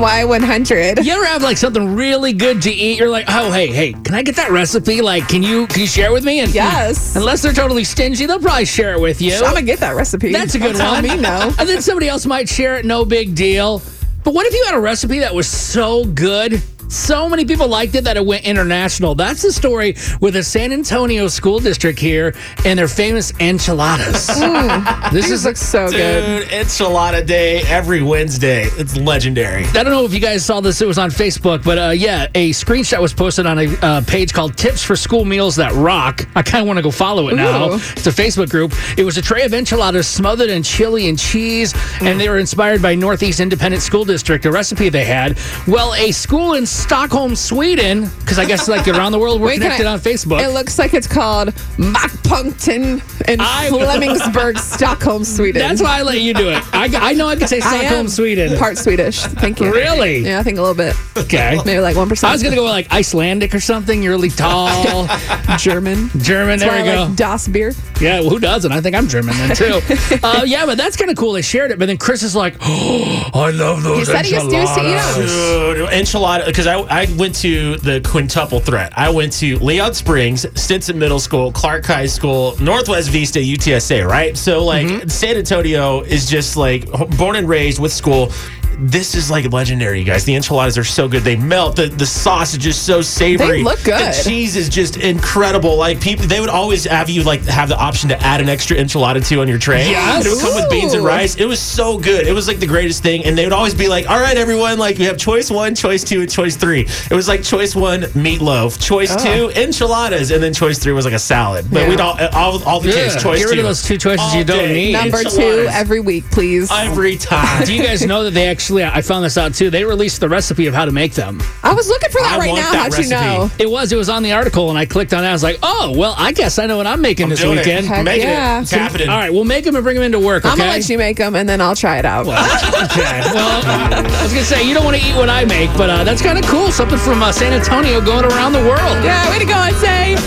Y100. You ever have like something really good to eat? You're like, oh hey hey, can I get that recipe? Like, can you can you share it with me? And hmm, Yes. unless they're totally stingy, they'll probably share it with you. I'm gonna get that recipe. That's a good Don't one. Tell me no. and then somebody else might share it. No big deal. But what if you had a recipe that was so good? So many people liked it that it went international. That's the story with the San Antonio school district here and their famous enchiladas. this This is looks so good. Dude, enchilada day every Wednesday. It's legendary. I don't know if you guys saw this. It was on Facebook, but uh, yeah, a screenshot was posted on a uh, page called "Tips for School Meals That Rock." I kind of want to go follow it now. Ooh. It's a Facebook group. It was a tray of enchiladas smothered in chili and cheese, and they were inspired by Northeast Independent School District, a recipe they had. Well, a school in Stockholm, Sweden, because I guess like around the world we're Wait, can connected I- on Facebook. It looks like it's called Mockpunkton in I- Flemingsburg, Stockholm, Sweden. That's why I let you do it. I, I know I can say I am Stockholm, Sweden. Part Swedish. Thank you. Really? Yeah, I think a little bit. okay. Maybe like one percent. I was gonna go with, like Icelandic or something. You're really tall, German. German. That's there we why I go. Like Das beer. Yeah, well, who doesn't? I think I'm German then too. uh, yeah, but that's kind of cool. They shared it, but then Chris is like, "Oh, I love those." He said he just used to eat 'em. enchiladas." Dude, enchilada. Because I, I went to the quintuple threat. I went to Leon Springs, Stinson Middle School, Clark High School, Northwest Vista, UTSA. Right. So like Mm-hmm. San Antonio is just like h- born and raised with school. This is like legendary, you guys. The enchiladas are so good; they melt. the The sausage is so savory. They look good. The cheese is just incredible. Like people, they would always have you like have the option to add an extra enchilada to on your tray. Yes. it would come with beans and Ooh. rice. It was so good. It was like the greatest thing. And they would always be like, all right, everyone, like we have choice one, choice two, and choice three. It was like choice one, meatloaf, choice Ah. two, enchiladas, and then choice three was like a salad. But Yeah. we'd all, uh, all, all the kids, Yeah. choice Get two. rid of those two choices All you don't day. need. Number two Enchiladas. every week, please. I, Every time. Do you guys know that they actually? I found this out too. They released the recipe of how to make them. was looking for that I right want now. that How'd you know? It was. It was on the article, and I clicked on it. I was like, "Oh, well, I guess I know what I'm making this Doing it. weekend." Heck Making yeah. it. Tap it in. All right, we'll make them and bring them into work. Okay. I'm gonna let you make them, and then I'll try it out. Okay. Well, I was gonna say you don't want to eat what I make, but uh, that's kind of cool. Something from uh, San Antonio going around the world. Yeah, way to go, I'd say.